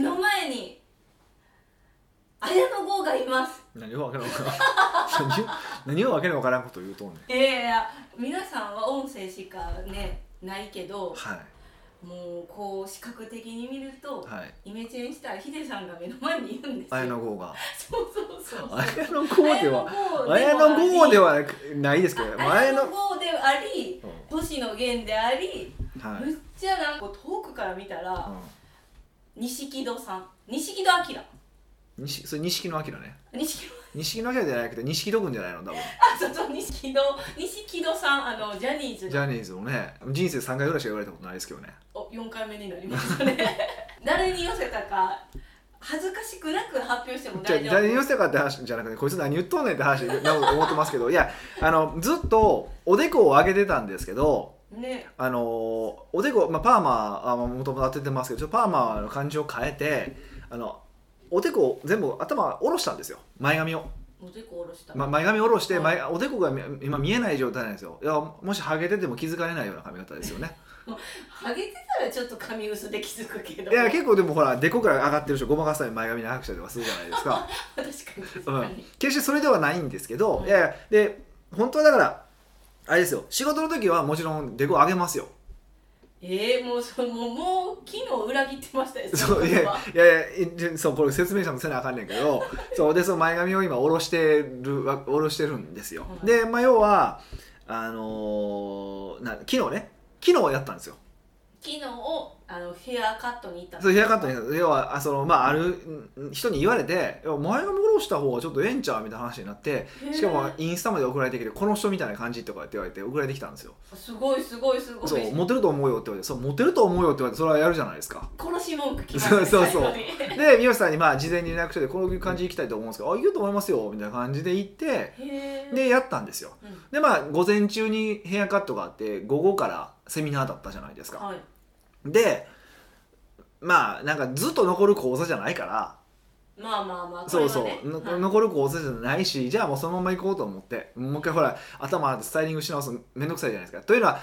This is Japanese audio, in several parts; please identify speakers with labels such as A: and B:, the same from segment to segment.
A: の前に綾野剛がいます
B: 何をわけのわからん 何を何をわけのわからんこと言うとんねん
A: いやいやいや皆さんは音声しかねないけど
B: はい
A: もうこう視覚的に見ると、
B: はい
A: イメチェンしたらヒデさんが目の前にいるんですよ
B: 綾野剛が
A: そうそうそう
B: 綾野剛では綾
A: 綾野
B: 野剛で
A: は
B: はないですけど
A: 綾
B: 綾野
A: 野剛であり
B: う
A: 星野源であり、
B: んはい
A: むっちゃなんか遠くから見たら、
B: う
A: 錦戸さん錦戸明
B: ん錦それ錦野明ね
A: 錦戸
B: 錦野明じゃなくて錦戸君じゃないの多分
A: あそうそう錦戸錦戸さんあのジャニーズ
B: ジャニーズもね人生3回ぐらいしか言われたことないですけどね
A: お4回目になりました ね誰に寄せたか恥ずかしくなく発表しても
B: じゃ
A: 大丈夫
B: 誰に寄せたかって話じゃなくてこいつ何言っとんねんって話な思ってますけどいやあのずっとおでこを上げてたんですけど
A: ね
B: あのおでこ、まあ、パーマもともと当ててますけどちょっとパーマの感じを変えてあのおでこを全部頭下ろしたんですよ前髪を、
A: おでこ下ろした、
B: ま、前髪下ろして
A: はい
B: 前おでこがみ今見えない状態なんですよいやもしハゲてても気づかれないような髪型ですよね
A: ハゲてたらちょっと髪薄で気づくけど
B: いや結構でもほらでこから上がってる人ごまかすために前髪長くしたりとかするじゃないですか
A: 確かに 確かに、
B: 決してそれではないんですけど、
A: うん
B: いやいやで本当はだからあれですよ仕事の時はもちろんデコ上げますよ
A: えー、もうそのもうもう昨日裏切ってましたよ
B: そうい
A: の
B: や
A: こ
B: い
A: とは
B: やいやいそうこれ説明者もせなあかんねん けどそうでその前髪を今下ろしてるわ下ろしてるんですよ、
A: うん
B: で、まあ、要はあのーな昨日ね昨日やったんですよ
A: 昨日をあのヘアカットに行ったんです
B: そうヘアカットに要はあその、まあ、あるうん人に言われていや前髪下ろした方がちょっとええんちゃうみたいな話になって
A: へー
B: しかもインスタまで送られてきてこの人みたいな感じとかって言われて送られてきたんですよ
A: すごいすごいすごい
B: そうモテると思うよって言われてそうモテると思うよって言われてそれはやるじゃないですか
A: 殺し文句聞かれて
B: そうそうそう
A: 最後に
B: で三好さんにまあ事前に連絡しててこの感じ行きたいと思うんですけどあいいと思いますよみたいな感じで行って
A: へー
B: でやったんですよ
A: うん
B: でまあ午前中にヘアカットがあって午後からセミナーだったじゃないですか
A: はい、
B: でまあなんかずっと残る講座じゃないから
A: まあまあまあこれ
B: そう
A: は
B: そう、
A: ね
B: の
A: はい
B: 残る講座じゃないしじゃあもうそのまま行こうと思ってもう一回ほら頭洗ってスタイリングし直すのめんどくさいじゃないですかというのは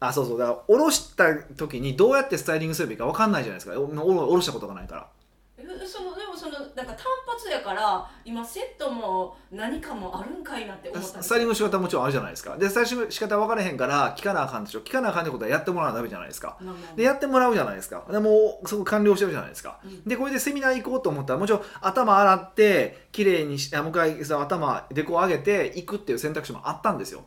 B: あそうそうだから下ろした時にどうやってスタイリングすればいいか分かんないじゃないですかおおろ下ろしたことがないから
A: えそのでもそのなんか単発やから今セットも何かもあるんかいなって思ったんで
B: ス
A: す
B: タイリン
A: よ
B: グの仕方もちろんあるじゃないですかでスタイリングの仕方分からへんから聞かなあかんでしょ聞かなあかんってことはやってもらわなダメじゃないですか
A: まあまあまあ
B: でやってもらうじゃないですかでもうそこ完了してるじゃないですか
A: うん
B: でこれでセミナー行こうと思ったらもちろん頭洗って綺麗にしあもう一回その頭でこう上げて行くっていう選択肢もあったんですよ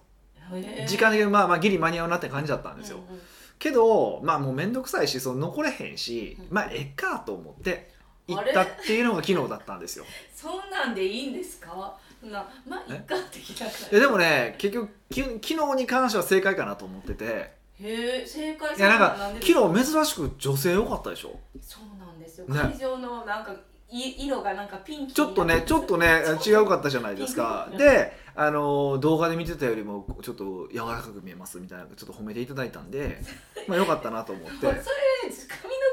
A: へー
B: 時間的にまあまあギリ間に合うなって感じだったんですよ、
A: うんうん
B: けどまあもう面倒くさいしその残れへんし、
A: うん
B: まあえっかと思って行
A: あ
B: っ
A: れ
B: たっていうのが昨日だったんですよ
A: そんなんでいいんですかそんなまあ
B: え
A: いっかってきたか
B: いやでもね結局き昨日に関しては正解かなと思ってて
A: らへえ正解
B: いやなん
A: そう
B: か
A: です
B: 昨日珍しく女性多かったでしょ
A: そうなんですよ
B: ね
A: 会場のなんかい色がなんかピンキー
B: ちょっとねちょっとね違うかったじゃないですか
A: うん
B: であの動画で見てたよりもちょっと柔らかく見えますみたいなちょっと褒めていただいた んでまあよかったなと思っ
A: そ
B: て
A: れ髪の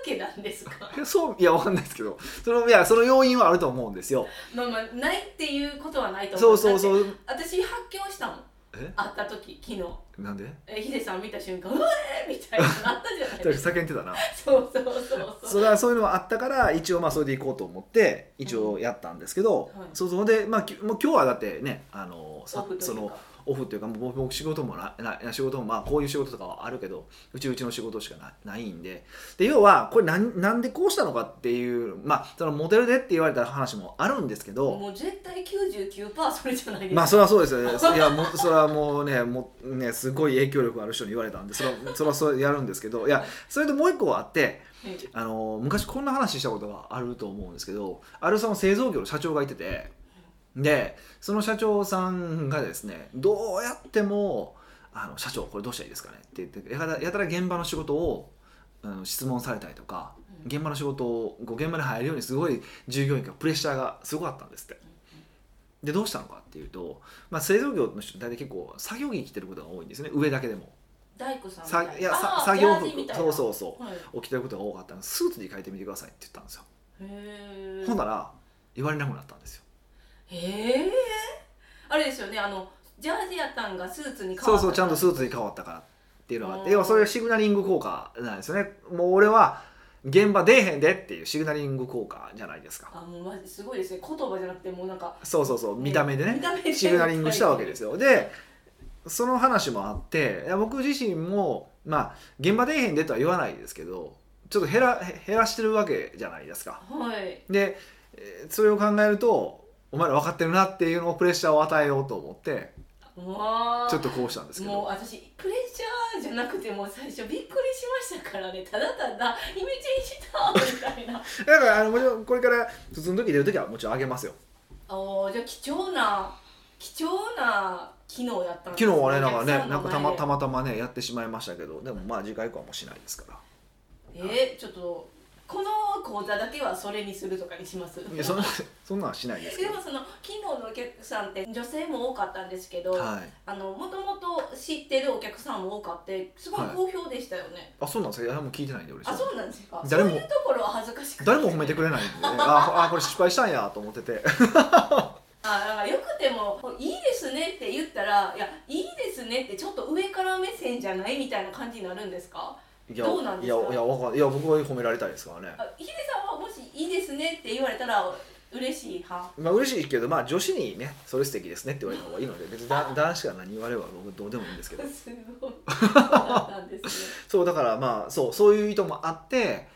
A: 毛なんですか
B: いやそういやわかんないですけどそのいやその要因はあると思うんですよ
A: まあまあないっていうことはないと思
B: そううそう
A: う
B: そう
A: 私発狂したもん
B: え
A: 会った時昨日
B: なんで
A: えヒデさん見た瞬間「うえー!」みたいになったじゃない
B: だか
A: で
B: ら
A: すか
B: 叫んでたな
A: そうそうそうそう
B: それはそういうのがあったから一応まあそれで行こうと思って一応やったんですけど、
A: うんはい
B: そうそうで、まあ、きもう今日はだってねあのさ
A: オフというか
B: そのオフっていうかもう僕僕仕事もなな仕事もまあこういう仕事とかはあるけどうちうちの仕事しかなないんでで要はこれなんなんでこうしたのかっていうまあそのモデルでって言われた話もあるんですけど、
A: もう絶対99%それじゃないですか、
B: まあそれはそうですよね。いやもうそれはもうねもうねすごい影響力ある人に言われたんでそれはそれはそれやるんですけどいやそれともう一個あって
A: うん
B: あの昔こんな話したことがあると思うんですけどあるその製造業の社長がいててでその社長さんがですねどうやってもあの「社長これどうしたらいいですかね?」って言ってやたらやたら現場の仕事を、うん、質問されたりとか
A: うん
B: 現場の仕事をこう現場に入るようにすごい従業員がプレッシャーがすごかったんですって。でどうしたのかっていうと、まあ、製造業の人って大体結構作業着着てることが多いんですね上だけでも
A: 大工さんみた
B: さ
A: ない
B: やさ
A: あー
B: 作業
A: ジャージみ
B: 服
A: たいな
B: そうそうそう
A: はい、へ
B: 起きてることが多かったのでスーツに変えてみてくださいって言ったんですよ、
A: え
B: ほんなら言われなくなったんですよ
A: へえあれですよねあのジャージやったんがスーツに変わった
B: そうそうちゃんとスーツに変わったからっていうのがあっ
A: う
B: て
A: ん
B: 要はそれがシグナリング効果なんですよねもう俺は現場出えへんでっていうシグナリング効果じゃないですか
A: あもうマジすごいですね言葉じゃなくてもうなんか
B: そうそうそう見た目でね
A: 見た目で
B: シグナリングしたわけですよでその話もあっていや僕自身もまあ現場出えへんでとは言わないですけどちょっと減ら減らしてるわけじゃないですか
A: はい
B: でえーそれを考えるとお前ら分かってるなっていうのをプレッシャーを与えようと思って
A: もう
B: ちょっとこうしたんですけ
A: もう
B: ど
A: 私プレッシャーじゃなくてもう最初びっくりしましたからねただただイメチェンしたみたいな
B: だからあのもちろんこれから普通の時出る時はもちろんあげますよ
A: あーじゃあ貴重な貴重な機能やったんです
B: 昨日はねなんかね
A: お客
B: な
A: さの
B: ん
A: 前で
B: かたまたまたまねやってしまいましたけどでもまあ次回以降はもうしないですから
A: えー、ちょっとこの講座だけはそれにするとかにします
B: いやそんなそんなんはしないですけ
A: で
B: ど
A: もその機能のお客さんって女性も多かったんですけど、
B: はい
A: あのもともと知ってるお客さんも多かってすごい好評でしたよね、
B: あそうなんですかいや誰も聞いてないんで嬉しい
A: あそうなんですか
B: 誰も
A: そういうところは恥ずかしくて
B: 誰も褒めてくれないんで、ね、ああこれ失敗したんやと思ってて
A: あだからよくても「いいですね」って言ったら「いやいいですね」ってちょっと上から目線じゃないみたいな感じになるんですか
B: いや
A: どうなんですか
B: いやいやわかんいや僕は褒められたいですからね
A: あヒデさんはもし「いいですね」って言われたら嬉しい派
B: まあ嬉しいけどまあ女子にねそれ素敵ですねって言われた方がいいので別にだ男子が何言われれば僕どうでもいいんですけど
A: すごいそうだったんです ね
B: そうだからまあそうそういう意図もあって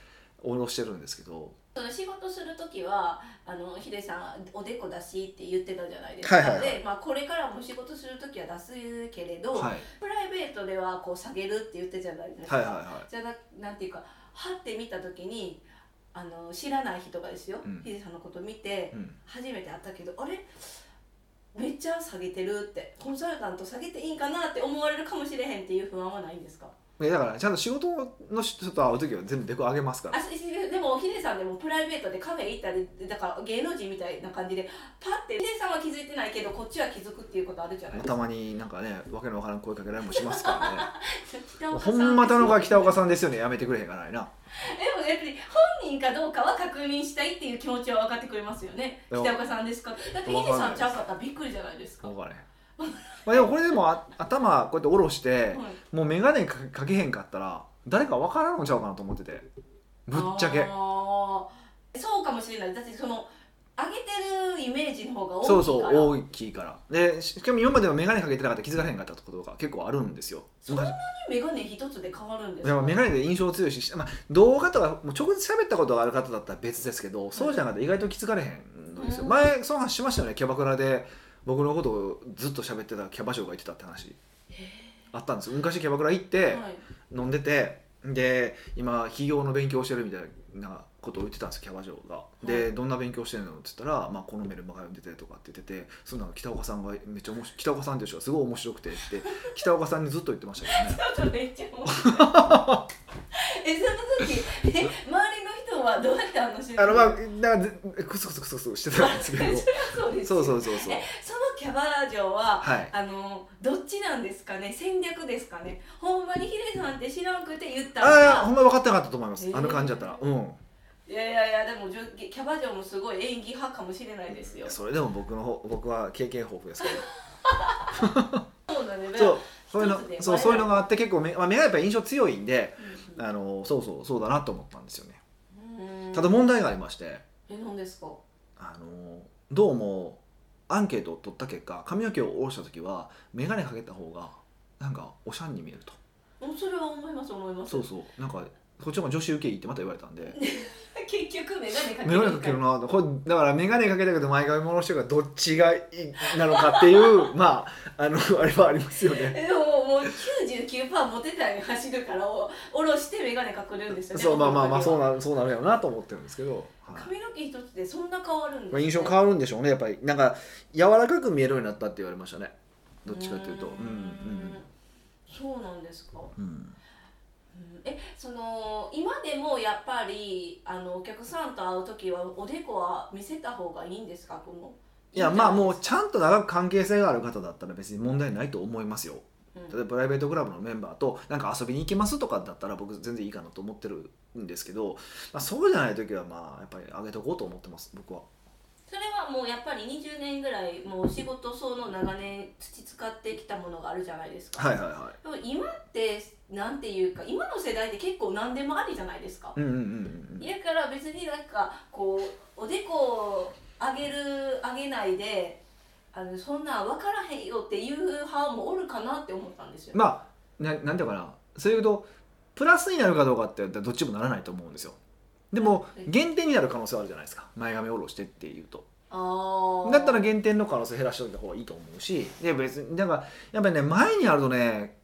B: 下ろしてるんですけど
A: その仕事する時はあのヒデさんおでこ出しって言ってたじゃないですか、
B: はいはいはい
A: で、まあ、これからも仕事する時は出すけれど、
B: はい
A: プライベートではこう下げるって言ってたじゃないですか、
B: はいはいは
A: じゃななんていうかはって見た時にあの知らない人がですよ、
B: うん
A: ヒデさんのこと見て
B: い、うん、
A: 初めて会ったけどあれめっちゃ下げてるってコンサルタント下げていいんかなって思われるかもしれへんっていう不安はないんですか
B: えだからちゃんと仕事の人と会う時は全部デコ上げますから
A: あしでもヒデさんでもプライベートでカフェ行ったりだから芸能人みたいな感じでパッてヒデさんは気づいてないけどこっちは気づくっていうことあるじゃ ないです
B: た
A: か
B: まになんかねわけのわからん声かけられもしますからね
A: 北
B: もう
A: 岡
B: ほ
A: さ
B: んま田中北岡
A: さん
B: さんですよねやめてくれへんからいな
A: ですよでもやっぱり本人かどうかは確認したいっていう気持ちは分かってくれますよね
B: でも
A: 北岡さんですかだってヒデさんちゃうかったらびっくりじゃないですか
B: 分からへんまあでもこれでもあ頭こうやって下ろして
A: はい
B: もう眼鏡かかけへんかったら誰か分からんのちゃうかなと思っててぶっちゃけ
A: あーそうかもしれないだってその上げてるイメージの方が大きいから
B: そうそう大きいからでししかも今までは眼鏡かけてなかったら気づかへんかったことが結構あるんですよ
A: そんなにメガネ一つで変わるんです
B: でも眼鏡で印象強いし、まあ、動画とかもう直接喋ったことがある方だったら別ですけどそうじゃなくて意外と気づかれへんのですよ、
A: うん
B: 前その話しましたよねキャバクラで僕のことをずっと喋ってたキャバ嬢がいてたって話あったんですよ昔キャバクラ行って
A: はい
B: 飲んでてで今企業の勉強してるみたいなことを言ってたんですよキャバ嬢がで、
A: は
B: どんな勉強してるのって言ったら、まあ、このメルマガ読んでてとかって言っててそんなの北岡さんがめっちゃ面白い北岡さんっていう人がすごい面白くてって北岡さんにずっと言ってましたけどね
A: ちょっとめっちゃ面 白いえその時え周りの人はどうやって あの瞬
B: あのまあなんかずクスクスクスクスしてたんですけど
A: そうです
B: そう
A: よ
B: そうそうそう
A: えそのキャバ嬢は、
B: はい
A: あのどっちなんですかね戦略ですかねほんまにヒデさんって知らんくて言ったの
B: ああほ
A: か
B: んま分かってなかったと思います
A: えー
B: あの感じだったらうん
A: いやいやいやでもじょキャバ嬢もすごい演技派かもしれないですよ
B: それでも僕の方僕は経験豊富ですけ
A: そうだね
B: どそうそういうの
A: 一つで
B: そうそういうのがあって結構目,、まあ、目がやっぱ印象強いんで
A: う
B: あのそうそうそうだなと思ったんですよね
A: ん
B: ただ問題がありまして
A: え何ですか
B: あのどうもアンケートを取った結果髪の毛を下ろした時は眼鏡かけた方がなんかおしゃんに見えると
A: もうそれは思います思います
B: そうそうなんかこっちの方が女子受けいいってまた言われたんで
A: 結局メガネかけ
B: 眼鏡かける
A: の
B: なこれだから眼鏡かけたけど前髪戻してるからどっちがいいなのかっていう まああのあれはありますよ ね
A: えでももう99%モテたいに走るからお下ろしてメガネかけるんですよね
B: そうまあまあまあそう
A: な
B: なるそうなるよなと思ってるんですけど、はい
A: 髪の毛一つでそんな変わるんです、ね
B: まあ、印象変わるんでしょうねやっぱりなんか柔らかく見えるようになったって言われましたねどっちかというと
A: う
B: う
A: ー
B: ん
A: んそうなんですか、
B: うんうん
A: うんえその今でもやっぱりあのお客さんと会う時はおでこは見せた方がいいんですかこの
B: いやまあもう
A: いいん
B: ちゃんと長く関係性がある方だったら別に問題ないと思いますよ
A: じゃないです
B: 例えばプライベートクラブのメンバーとなんか遊びに行きますとかだったら僕全然いいかなと思ってるんですけど、まあ、そうじゃない時はまあやっぱり上げとこうと思ってます僕は
A: それはもうやっぱり20年ぐらいもう仕事その長年培ってきたものがあるじゃないですか、
B: はいはいは
A: でも今ってなんていうか今の世代って結構何でもありじゃないですか
B: い。うんうんうん
A: だから別になんかこうおでこを上げる上げないであのそんなん分からへんよっていう派もおるかなって思ったんです
B: う
A: よ
B: ん。。まあななんていうかなそういうとプラスになるかどうかって言ったらどっちもならないと思うんですよ。でも
A: うん
B: 減点になる可能性はあるじゃないですか前髪下ろしてっていうと
A: ああ
B: だったら減点の可能性減らしておいた方がいいと思うしで別にだからやっぱりね前にあるとね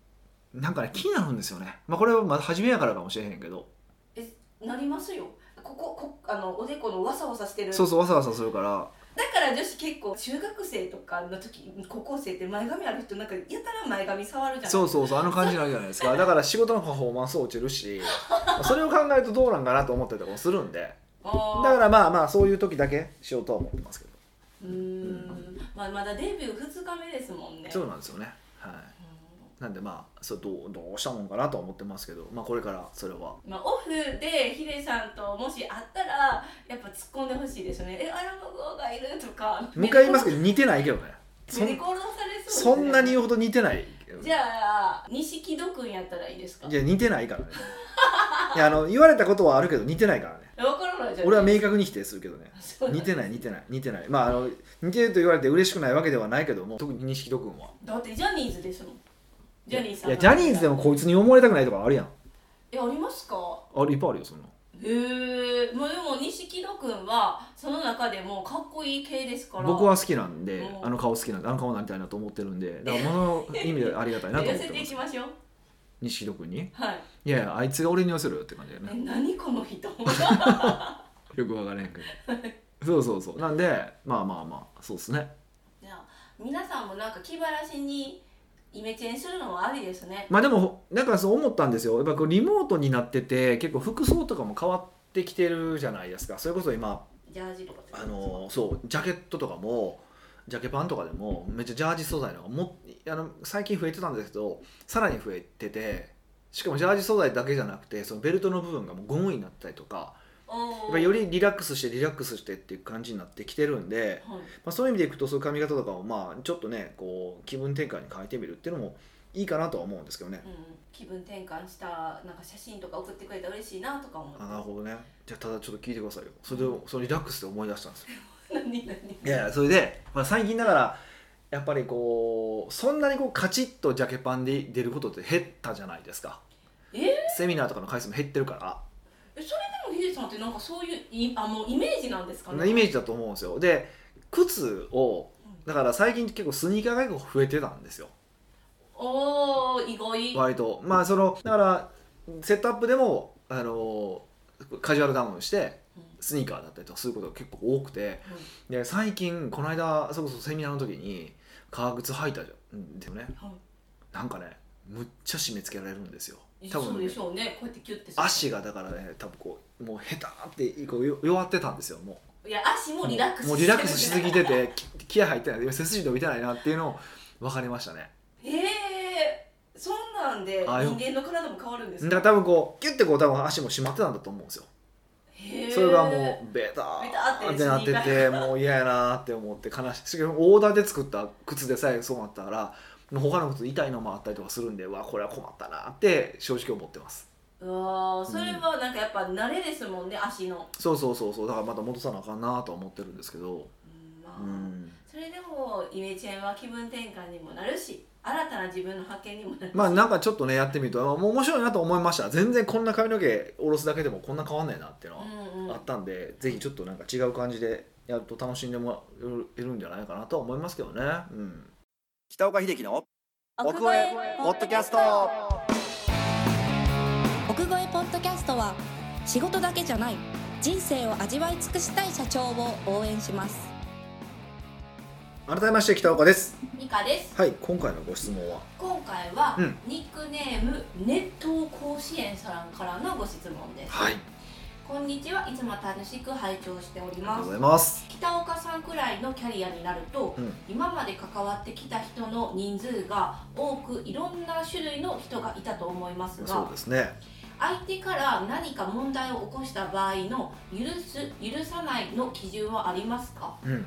B: なんかね気になるんですよね、まあ、これはまあ初めやからかもしれへんけど
A: なりますよこここあのおでこのわさわさしてる
B: そうそうわさわさするから
A: だから女子結構中学生とかの時高校生って前髪ある人なんかやたら前髪触るじゃん
B: そうそうそうあの感じになるじゃないですかだから仕事のパフォーマンス落ちるしそれを考えるとどうなんかなと思ったりとかもするんで
A: あ
B: だ
A: ー
B: からまあまあそういう時だけしようとは思ってますけど
A: うーん、まあ、まだデビュー2日目ですもんね
B: そう
A: う
B: なんですよねはい
A: ん
B: なんでまあそうどうどうしたもんかなとは思ってますけどまあこれからそれは
A: まあ、オフでヒデさんともし会ったらやっぱ突っ込んでほしいですよね「えアラモゴがいる?」とか
B: 向かいます
A: け
B: けど似てないけどねそ
A: ど
B: ん
A: 殺されそうですね
B: そんなに言うほど似てないけどね
A: じゃあ錦戸君やったらいいですか
B: いや似てないからねいやあの言われたことはあるけど似てないからね
A: 分からないじゃん
B: 俺は明確に否定するけどね
A: そうなん
B: 似
A: だ
B: てない似てない似てないまああの似てると言われて嬉しくないわけではないけども特に錦戸君は
A: だってジャニーズですもんジャニーさん
B: いやジャニーズでもこいつに思われたくないとかあるやん
A: えありますか
B: あれいっぱいあるよそんな
A: へえまあでも錦戸君はその中でもかっこいい系ですから
B: 僕は好きなんで
A: うん
B: あの顔好きなんであの顔になりたいなと思ってる んでだからもの意味でありがたいなと
A: 寄
B: 思って
A: せて
B: ま
A: い
B: す
A: きましょう
B: 錦戸君に
A: はい
B: いやいやあいつが俺に寄せろよって感じだよ
A: え
B: ね
A: 何この人
B: よくわからへん けどそうそうそうなんでまあまあまあそうっすね
A: じゃあ皆さんもなんか気晴らしにイメチェンするのはありですね
B: まあでもなんかそう思ったんですよやっぱこうリモートになってて結構服装とかも変わってきてるじゃないですかそれこそ今
A: ジャージとかって
B: あのそうジャケットとかもジャケパンとかでもめっちゃジャージ素材のがもあの最近増えてたんですけどさらに増えててしかもジャージ素材だけじゃなくてそのベルトの部分がもうゴムになったりとかやっ
A: お
B: ぱりよ
A: り、
B: りリラックスしてリラックスしてっていう感じになってきてるんで、
A: はい、
B: まあ、そういう意味でいくとそういう髪型とかをまあちょっとねこう気分転換に変えてみるっていうのもいいかなとは思うんですけどね。
A: うん、気分転換したなんか写真とか送ってくれたら嬉しいなとか思って
B: あなるほどねじゃあただちょっと聞いてくださいよそれでそのリラックスで思い出したんですよ
A: 何何
B: いやいやそれで、まあ、最近だからやっぱりこうそんなにこうカチッとジャケパンで出ることって減ったじゃないですか
A: えー、え
B: セミナーとかの回数も減ってるか
A: それでもヒデさんってなんかそういういあもうイメージなんですからね
B: イメージだと思うんですよで靴をだから最近結構スニーカーが結構増えてたんですよ
A: おー意外
B: 割とまあそのだからセットアップでもあのカジュアルダウンして
A: うん
B: スニーカーだったりとかすることが結構多くてで最近この間それこそセミナーの時に革靴履いたじゃんでもね
A: はい
B: なんかねむっちゃ締め付けられるんですよ多
A: そう
B: 分、
A: で
B: ね
A: し、ょうねこうやってキュッてする
B: 足がだからね多分こうもうヘタってこうよ弱ってたんですよも
A: いや足
B: う
A: もリラックス
B: もうリラックスしすぎて
A: て
B: てき気合入ってない背筋伸びてないなっていうのを分かりましたね
A: るへえそんなんで人
B: あよ
A: 間の体も変わるんです
B: だから
A: か
B: 多分こうキュッてこう多分足も締まってたんだと思うんですよ
A: へえ
B: それがもうベタ
A: ベターって
B: ーってなって
A: スニ
B: てもう嫌やなーって思って悲しいしかもオーダーで作った靴でさえそうなったからもう他の靴痛いのもあったりとかするんでわこれは困ったなーって正直思ってます
A: うわーそれはなんかやっぱ慣れですもんね足の、
B: そうそうそうそうだからまた戻さなあかんなーとは思ってるんですけど
A: うん
B: う
A: まあ
B: ん
A: それでもイメチェンは気分転換にもなるし新たな自分の発見にもなる
B: まあなんかちょっとねやってみるとあもう面白いなと思いました全然こんな髪の毛下ろすだけでもこんな変わんないなっていうのは
A: うんうん
B: あったんで、ぜひちょっとなんか違う感じでやると楽しんでもらえるんじゃないかなとは思いますけどね、うん、北岡秀樹の奥越えポッドキャスト
C: 奥越えポッドキャストは仕事だけじゃない人生を味わい尽くしたい社長を応援します
B: 改めまして北岡です
A: ミカです
B: はい今回のご質問は
A: 今回は、
B: うん
A: ニックネーム熱湯甲子園さんからのご質問です
B: はいあり
A: こんにちはいつも楽しく拝聴しており
B: が
A: ま
B: とう
A: す
B: ございます
A: 北岡さんくらいのキャリアになると、
B: うん
A: 今まで関わってきた人の人数が多くいろんな種類の人がいたと思います
B: そ
A: が
B: うですね
A: 相手から何か問題を起こした場合の許す許さないの基準はありますか
B: うん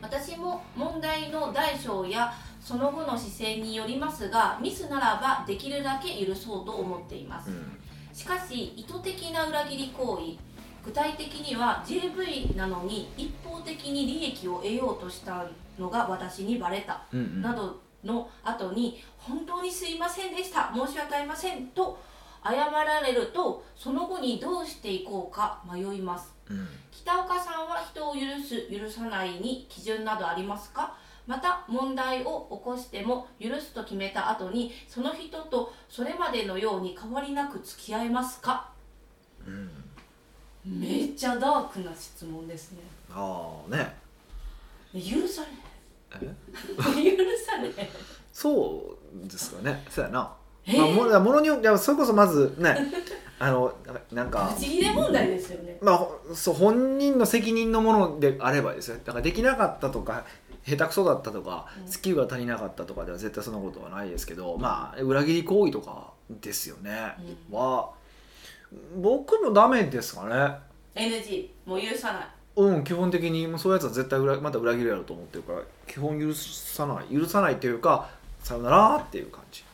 A: 私も問題の大小やその後の姿勢によりますがミスならばできるだけ許そうと思っています
B: うん
A: しかし意図的な裏切り行為具体的には JV なのに一方的に利益を得ようとしたのが私にバレた
B: うん
A: などの後に「本当にすいませんでした申し訳ありません」と謝られるとその後にどうしていこうか迷います
B: うん
A: 北岡さんは人を許す許さないに基準などありますかまた問題を起こしても許すと決めた後にその人とそれまでのように変わりなく付き合えますか
B: うん
A: めっちゃダークな質問ですね
B: ああね
A: 許され
B: え
A: へん 許されへん
B: そうですかねそうやな、
A: え
B: まあ、ものものによってそれこそまずね あのなんか
A: 不思議で問題ですよね
B: まあほそう本人の責任のものであればですよだからできなかったとか下手くそだったとか
A: うん
B: スキルが足りなかったとかでは絶対そんなことはないですけどまあ裏切り行為とかですよね、
A: うん
B: は僕もダメですかね
A: NG もう許さない
B: うん基本的にもうそういうやつは絶対裏また裏切るやろうと思ってるから基本許さない許さないというかさよならっていう感じ、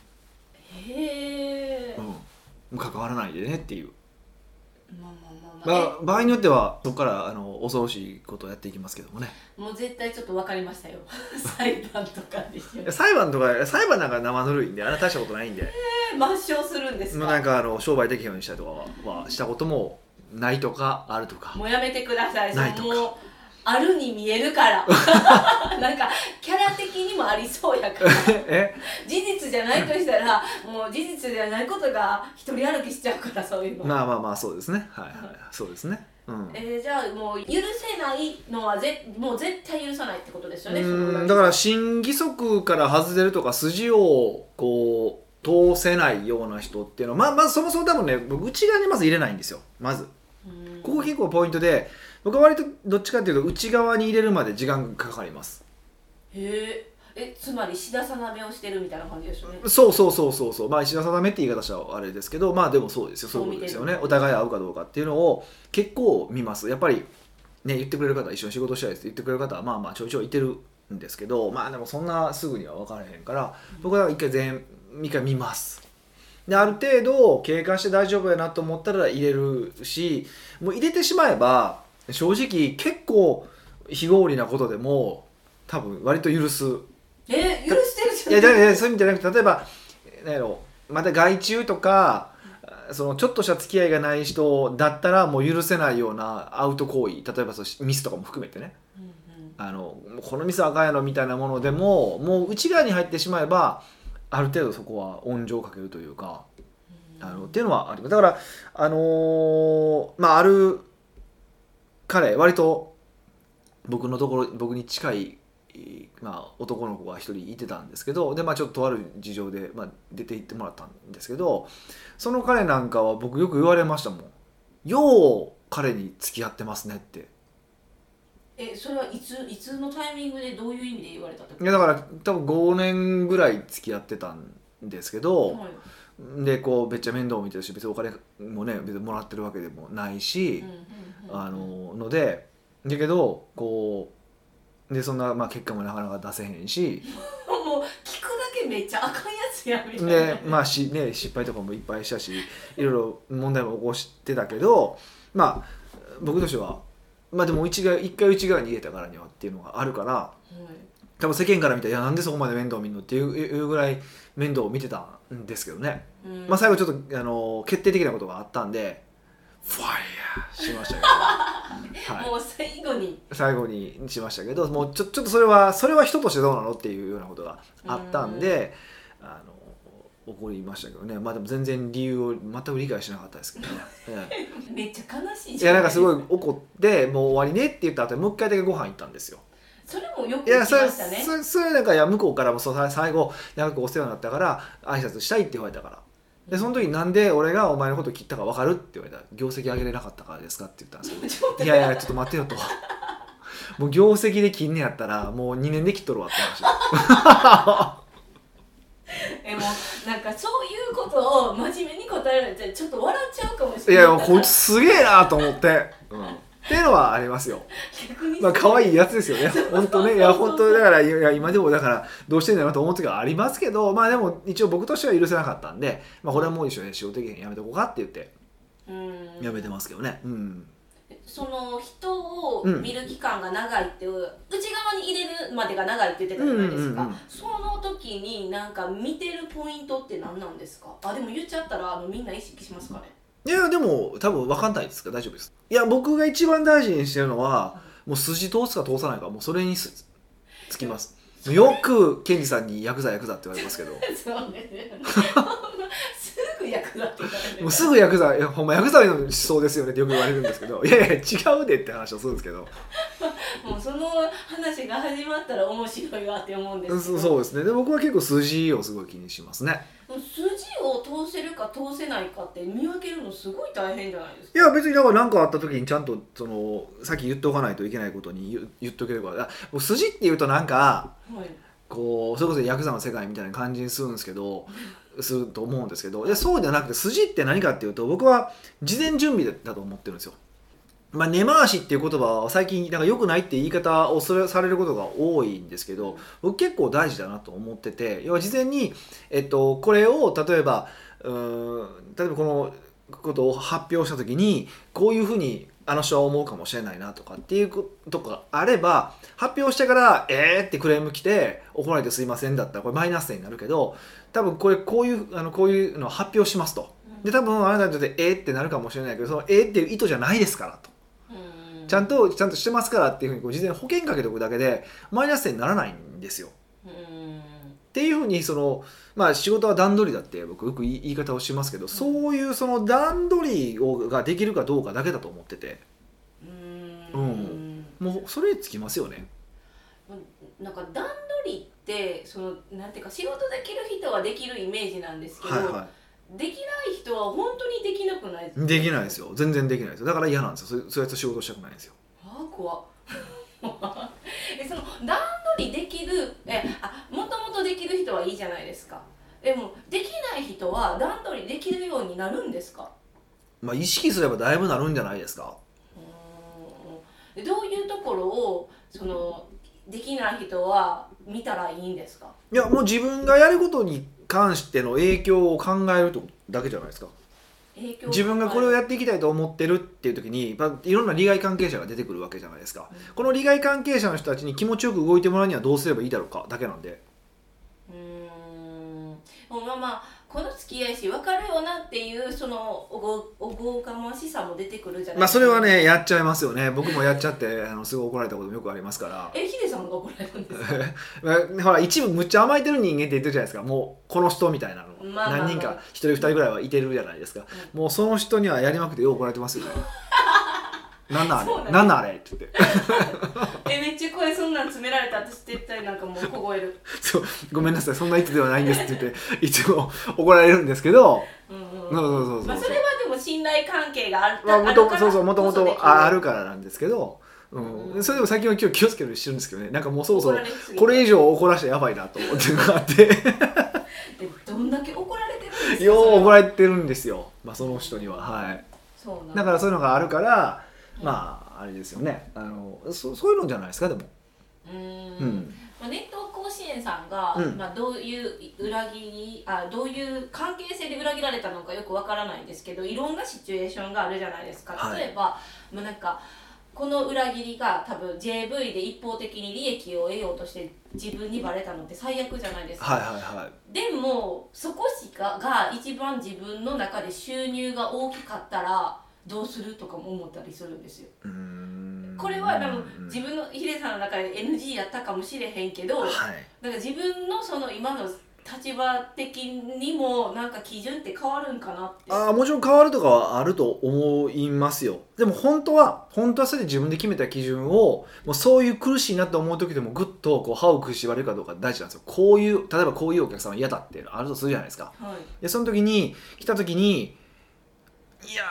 A: へえ
B: うん、もう関わらないでねっていう、
A: まあまあまあまあ、
B: まあ、場合によってはそこからあの恐ろしいことをやっていきますけどもね
A: えもう絶対ちょっと分かりましたよ 裁判とかですよね
B: 裁判とか裁判なんか生ぬるいんであれ大したことないんで
A: 抹消するんです
B: も
A: か
B: うなんかあの商売できるようにしたりとかははしたこともないとかあるとか
A: もうやめてください
B: ないとか
A: もうあるに見えるからな んかキャラ的にもありそうやから
B: え
A: 事実じゃないとしたらもう事実じゃないことが一人歩きしちゃうからそういうの、
B: まあまあまあそうですねはいはいそうですねうん
A: えーじゃあもう許せないのはぜもう絶対許さないってことですよね
B: う
A: その
B: んだから新規則から外れるとか筋をこう通せないような人っていうのはまあまあそもそも多分ね僕内側にまず入れないんですよまず
A: うん
B: ここ結構ポイントで僕は割とどっちかっていうと内側に入れるまで時間がかかります
A: へええつまり志田さなめをしてるみたいな感じですよね
B: そうそうそうそうそうまあ石田定めって言い方したらあれですけどまあでもそうですよそういうことですよねお互い合うかどうかっていうのを結構見ますやっぱりね言ってくれる方一緒に仕事したいですって言ってくれる方はまあまあちょいちょいいてるんですけどまあでもそんなすぐには分からへんから僕は一回全一回見ますである程度経過して大丈夫やなと思ったら入れるしもう入れてしまえば正直結構非合理なことでも多分割と許す
A: え許してる
B: いや
A: じゃ
B: だ
A: ん
B: からそういう意味じゃなくて例えばなんやろまた外注とかそのちょっとした付き合いがない人だったらもう許せないようなアウト行為例えばそうしミスとかも含めてね
A: うん
B: あのもうこのミスはあかんやろみたいなものでももう内側に入ってしまえばある程度そこは温情をかけるというか
A: うん
B: あのっていうのはありますだからあのーまあある彼割と僕のところ僕に近い、えーまあ、男の子が一人いてたんですけどでまあちょっととある事情で、まあ、出て行ってもらったんですけどその彼なんかは僕よく言われましたもん「よう彼に付き合ってますね」って
A: えそれはいついつのタイミングでどういう意味で言われたってこ
B: いやだから多分5年ぐらい付き合ってたんですけど、
A: とはい
B: でこうめっちゃ面倒を見てるし別にお金もね別にもらってるわけでもないし、
A: うんうんうんうん
B: あののでだけどこうでそんな、まあ、結果もなかなか出せへん し
A: もう聞くだけめっちゃあかんやつやみたいな
B: で、まあしね、失敗とかもいっぱいしたしいろいろ問題も起こしてたけどまあ僕としては、まあ、でも一概一回内側に逃げたからにはっていうのがあるから
A: はい
B: 多分世間から見たら「いやなんでそこまで面倒見んの?」っていういうぐらい面倒を見てたんですけどね、
A: うん
B: まあ、最後ちょっとあの決定的なことがあったんでファイヤーし ましたけど。は
A: もう最後に
B: 最後にしましたけどもうちょちょっとそれはそれは人としてどうなのっていうようなことがあったんであの怒りましたけどねまあでも全然理由を全く理解しなかったです けどねええ
A: めっちゃ悲しい
B: い
A: じゃな
B: やないんかすご
A: い
B: い怒ってもう終わりねって言った後にもう一回だけご飯行ったんですよ
A: それもよく聞き
B: い
A: ま
B: やそれ
A: したね
B: それそれなんかいや向こうからもそうさ最後長くお世話になったから挨拶したいって言われたからでその時になんで俺がお前のこと切ったか分かるって言われた業績上げれなかったからですかって言ったんですけど
A: ちょっと
B: いやいや、ちょっと待てよと。もう業績で切んねやったら、もう2年で切っとるわって話。
A: えもうなんかそういうこことを真面目に答えられてちょっと笑っちゃうかもし
B: い
A: れな
B: や
A: い
B: いやこいつすげえなと思って、うん、っていうのはありますよ
A: 逆に
B: まあ可愛いやつですよ
A: そ
B: ね
A: うそう、そう
B: 本当ね、いや、本当だから、いや、今でもだから、どうしてんだろうなと思う時はありますけど、まあでも、一応僕としては許せなかったんで、まあ、これはもう一緒に仕事的にやめとこうかって言って、
A: うん
B: やめてますけどね、うん、
A: その人を見る期間が長いっていう、内側に入れるまでが長いって言ってたじゃないですか、
B: うんうんうん
A: その時になんか見てるポイントって何なんですかあでも言っちゃったらあのみんな意識しますかね
B: いや、でも、多分分かんないですから、大丈夫です。いや、僕が一番大事にしてるのは、もう筋通すか通さないか、もうそれにすつきます。よく、ケンジさんにヤクザ、ヤクザって言われますけど、
A: そうねすぐ役立ってたね
B: もうすぐヤクザ、いやほんまヤクザの思想ですよねってよく言われるんですけど、いやいや、違うでって話をするんですけど。
A: もうその話が始まったら面白いわって思うんですけ
B: そ
A: ど
B: うそうですねで僕は結構筋をすごい気にしますね
A: 筋を通せるか通せないかって見分けるのすごい大変じゃないです
B: い
A: か
B: や別にだから何かあった時にちゃんとそのさっき言っておかないといけないことに言言っとければあもう筋っていうとなんか
A: はい
B: こうそれこそヤクザの世界みたいな感じにするんですけどすると思うんですけどいやそうじゃなくて筋って何かっていうと僕は事前準備だと思ってるんですよ。まあ、根回しっていう言葉は最近なんか良くないって言い方をそれされることが多いんですけど僕結構大事だなと思ってて要は事前に、えっと、これを例えばうーん例えばこのことを発表した時にこういうふうにあの人は思うかもしれないなとかっていうことがあれば発表してから「えー!」ってクレーム来て「怒られてすいません」だったらこれマイナス点になるけど多分これこういうあのこういうのを発表しますと。で多分あなたにとって「えー!」ってなるかもしれないけどその「えー!」っていう意図じゃないですからと。
A: うん
B: ちゃんとちゃんとしてますからっていうふうにこう事前に保険かけておくだけでマイナス点にならないんですよ。
A: うん
B: っていうふうにその、まあ、仕事は段取りだって僕よく言い言い方をしますけど、そういうその段取りをができるかどうかだけだと思ってて
A: うん
B: うもうそれつきますよね。
A: なんか段取りってそのなんていうか仕事できる人はできるイメージなんですけど、
B: はいは
A: できない人は本当にできなくない
B: い、できないですすよ全然できないですよだから嫌なんですよそそうやって仕事したくないんですよ。
A: あー怖っ えその段取りできるえあもともとできる人はいいじゃないですかでもできない人は段取りできるようになるんですか
B: まあ、意識すればだいぶなるんじゃないですか。
A: うーんどういうところをそのできない人は見たらいいんですか
B: いやもう自分がやることに関しての影響を考えるとだけじゃないですか。
A: 影響
B: 自分がこれを
A: や
B: やっていきたいと思ってるっていう時に、まあ、いろんな利害関係者が出てくるわけじゃないですか、
A: うん
B: この利害関係者の人たちに気持ちよく動いてもらうにはどうすればいいだろうかだけなんで
A: うーんもうまあまあこの付き合いし別れようなっていうそのおごおごかましさも出てくるじゃないですか
B: まあそれはねやっちゃいますよね僕もやっち ゃってあのすごい怒られたこともよくありますから
A: えヒデさんが怒られるんですか
B: まあほら一部むっちゃ甘えてる人間って言ってるじゃないですかもうこの人みたいなの、
A: まあまあまあ
B: 何人か一人二人ぐらいはいてるじゃないですか、もうその人にはやりまくってよう怒られ てますよねなんなんあ
A: そうなん
B: れ
A: だ
B: なんなんあれって言って
A: えめっちゃ声そんなん詰められた私絶対なんかもう凍える
B: そうごめんなさいそんな意図ではないんですって言っていつも怒られるんですけど
A: うん
B: そう
A: うん
B: そうそうそう、
A: まあそれはでも信頼関係がある
B: まあ、も
A: ある
B: と
A: から
B: そうそうもともとあある
A: こ
B: からなんですけど、うん
A: うん
B: それでも最近は今日気をつけるようにしてるんですけどねなんかもうそろそろ
A: 怒られすぎて
B: これ以上怒らしてやばいなと 思ってるのがあって
A: そできるえどんだけ怒られてるんですか
B: よう怒
A: れ
B: られてるんですよ、まあ、その人にははい
A: そうなん
B: だからそういうのがあるから
A: うん
B: まああれですよねあのそそういうのじゃないですかでも
A: うーん
B: うん
A: まあ、熱湯甲子園さんが、
B: うん
A: まあ、どういう裏切りあどういう関係性で裏切られたのかよくわからないんですけどいろんなシチュエーションがあるじゃないですか
B: はい
A: 例えば、もうなんかこの裏切りが多分 JV で一方的に利益を得ようとして自分にバレたのって最悪じゃないですか、
B: はいはいはい
A: でもそこしかが一番自分の中で収入が大きかったらどうするとかも思ったりするんですよ
B: うーん
A: これはでも
B: うん
A: 自分のヒデさんの中で NG やったかもしれへんけど、
B: はい
A: なんか自分のその今の立場的にもなんか基準って変わるんかなって
B: ああもちろん変わるとかはあると思いますよでも本当は本当はそれで自分で決めた基準をもうそういう苦しいなと思う時でもぐっとこう歯を食いしばれるかどうか大事なんですよこういう例えばこういうお客さんは嫌だっていうのあるとするじゃないですか
A: はい
B: でその時に来た時にいや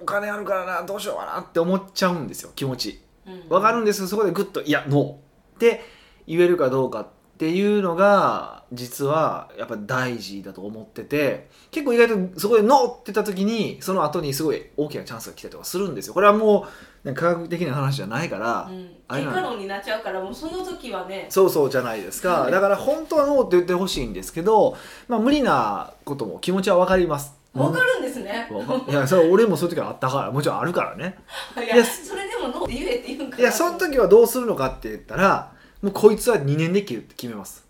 B: お金あるからなどうしようかなって思っちゃうんですよ気持ち
A: うん
B: わかるんですけどそこでぐっと「いやノー」って言えるかどうかっていうのが実はやっぱ大事だと思ってて結構意外とそこでノーって言った時にその後にすごい大きなチャンスが来たりとかするんですよこれはもうなんか科学的な話じゃないから、
A: うん、
B: あれ
A: 結
B: なの
A: 果論になっちゃうからもうその時はね
B: そうそうじゃないですかだから本当はノーって言ってほしいんですけど、まあ、無理なことも気持ちは分かります
A: わかるんですね
B: わかいやそれ俺もそういう時はあったからもちろんあるからね
A: い
B: い
A: や
B: や
A: それでもノーって言えって言うんか
B: いやその時はどうするのかって言ったらもうこいつは2年で切るって決めます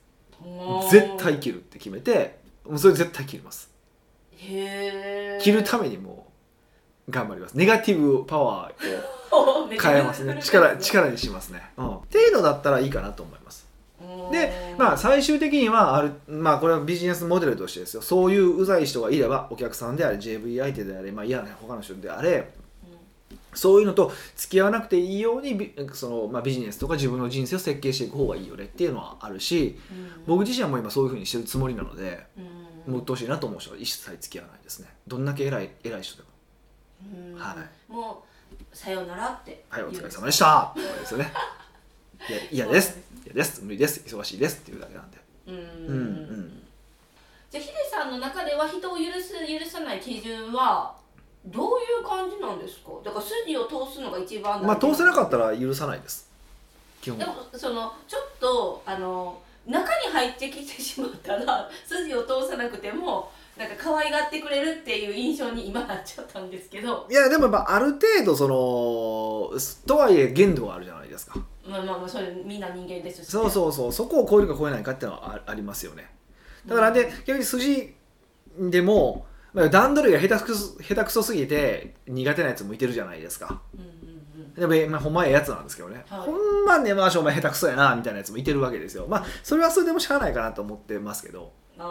B: 絶対切るって決めてもうそれ絶対切ります
A: へえ
B: 切るためにもう頑張りますネガティブパワーを
A: め
B: 変えま すね力力にしますね、うん、っていうのだったらいいかなと思いますでまあ最終的にはあるまあこれはビジネスモデルとしてですよそういううざい人がいればお客さんであれ JV 相手であれまあ嫌な他の人であれそういうのと付き合わなくていいようにビその、まあ、ビジネスとか自分の人生を設計していく方がいいよねっていうのはあるし僕自身はもう今そういうふうにしてるつもりなのでもう鬱陶しいなと思う人は一切付き合わないですねどんだけ偉い偉い人でもは
A: もうさようならって
B: はいお疲れ様
A: で
B: でしたですよねいや嫌です嫌です無理です忙しいですっていうだけなんで
A: うん
B: うんうん
A: じゃあヒデさんの中では人を許す許さない基準はどういう感じなんですかだから筋を通すのが一番
B: まあ通せなか
A: っ
B: ったら許さないです基本
A: でもそのちょっとあの中に入ってきてしまったら筋を通さなくてもなんか可愛がってくれるっていう印象に今なっちゃったんですけど
B: いやでもやっぱある程度そのすとはいえ限度はあるじゃないですか
A: まあまあまあそれみんな人間ですし
B: そうそうそうそこを超えるか超えないかっていうのはあありますよねだからで逆に筋でもまあ段取りが下手くそ下手くそすぎて苦手なやつ向いてるじゃないですか
A: うんうんうん
B: でも、まあ、ほんまええやつなんですけどね、
A: はい
B: ほんま根回しお前下手くそやなみたいなやつもいてるわけですよまあそれはそれでもしゃあないかなと思ってますけど
A: あ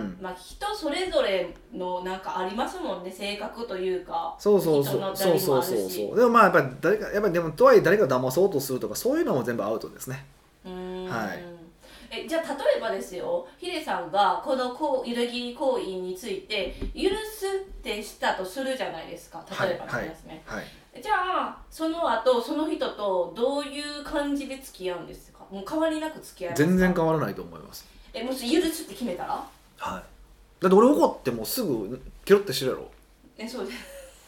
A: ー
B: うん
A: まあ人それぞれのなんかありますもんね性格というか
B: そうそうそ
A: 人の
B: う
A: 誰
B: そう
A: にも
B: そ
A: あ
B: う
A: るし
B: そうそうでもまあやっぱり誰かやっぱりでもとはいえ誰かを騙そうとするとかそういうのも全部アウトですね
A: うーん
B: はい
A: えじゃあ例えばですよヒデさんがこのこう揺らぎ行為について許すってしたとするじゃないですか例えばの話ですね、
B: はい
A: じゃあその後その人とどういう感じで付き合うんですかもう変わりなく付き合いますか
B: 全然変わらないと思います
A: えもし許すって決めたら
B: はいだって俺怒ってもすぐケロってしてるやろ
A: えそうで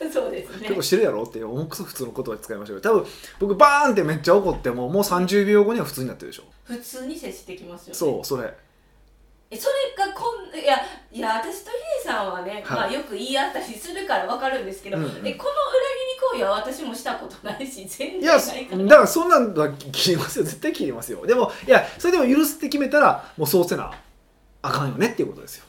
A: すそうです ね
B: 結構してるやろっていう重くそ普通の言葉使いましたけど多分僕バーンってめっちゃ怒ってももう30秒後には普通になってるでしょ
A: 普通に接してきますよね
B: そうそれ
A: えそれがこんいやいや私とヒデさんはね、
B: はい
A: まあ、よく言い合ったりするから分かるんですけど、
B: うんうん
A: えこの裏切り行為は私もしたことないし全然
B: いや
A: ないから
B: だからそんなんは切りますよ絶対切りますよでもいやそれでも許すって決めたらもうそうせなあかんよねっていうことですよ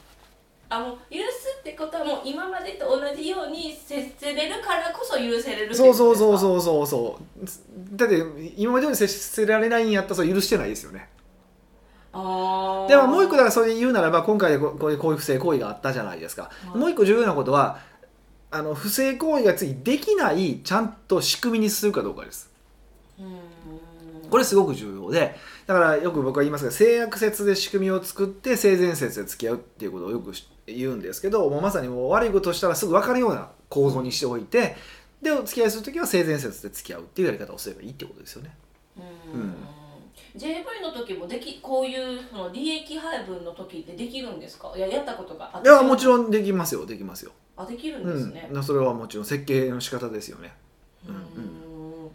A: あもう許すってことはもう今までと同じように接せれるからこそ許せれるって
B: そうそう
A: こと
B: そう
A: う
B: そうそうそうだって今までより接せられないんやったらそれ許してないですよね
A: あー
B: でももう一個だからそれ言うならば今回でここういうこういう不正行為があったじゃないです
A: は
B: か、
A: い
B: もう一個重要なことはあの不正行為が次できないちゃんと仕組みにするかどうかです
A: うーん
B: これすごく重要でだからよく僕は言いますが性悪説で仕組みを作って性善説で付き合うっていうことをよくし言うんですけどもうまさにもう悪いことしたらすぐ分かるような構造にしておいてでお付き合いする時は性善説で付き合うっていうやり方をすればいいってことですよね。
A: うーん
B: うん
A: JV の時もできこういうその利益配分の時ってできるんですかいややったことがあっ
B: いやもち
A: ん
B: ろんできますよできますよ。
A: あできるん
B: う
A: です
B: ん
A: ね、、
B: それはもちろん設計の仕方ですよね。
A: う
B: うんん
A: で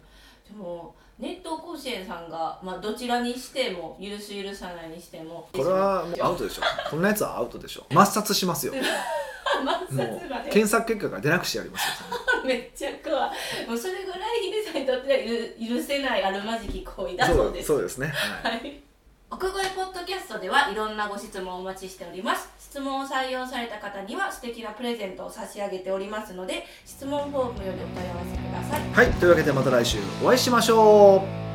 A: も熱湯甲子園さんが、まあ、どちらにしても許す許さないにしても
B: これはもうアウトでしょ。こんなやつはアウトでしょ。抹殺しますよ。
A: 抹殺
B: もう
A: がね
B: 検索結果が出なくしてやりますよ。
A: めっちゃ怖いもうそれぐらいヒデさんにとってはゆ許せないあるまじき行為だそうです
B: そうですね。はい
A: はい奥越ポッドキャストではいろんなご質問をお待ちしております質問を採用された方には素敵なプレゼントを差し上げておりますので質問フォームよりお問い合わせください
B: はい、というわけでまた来週お会いしましょう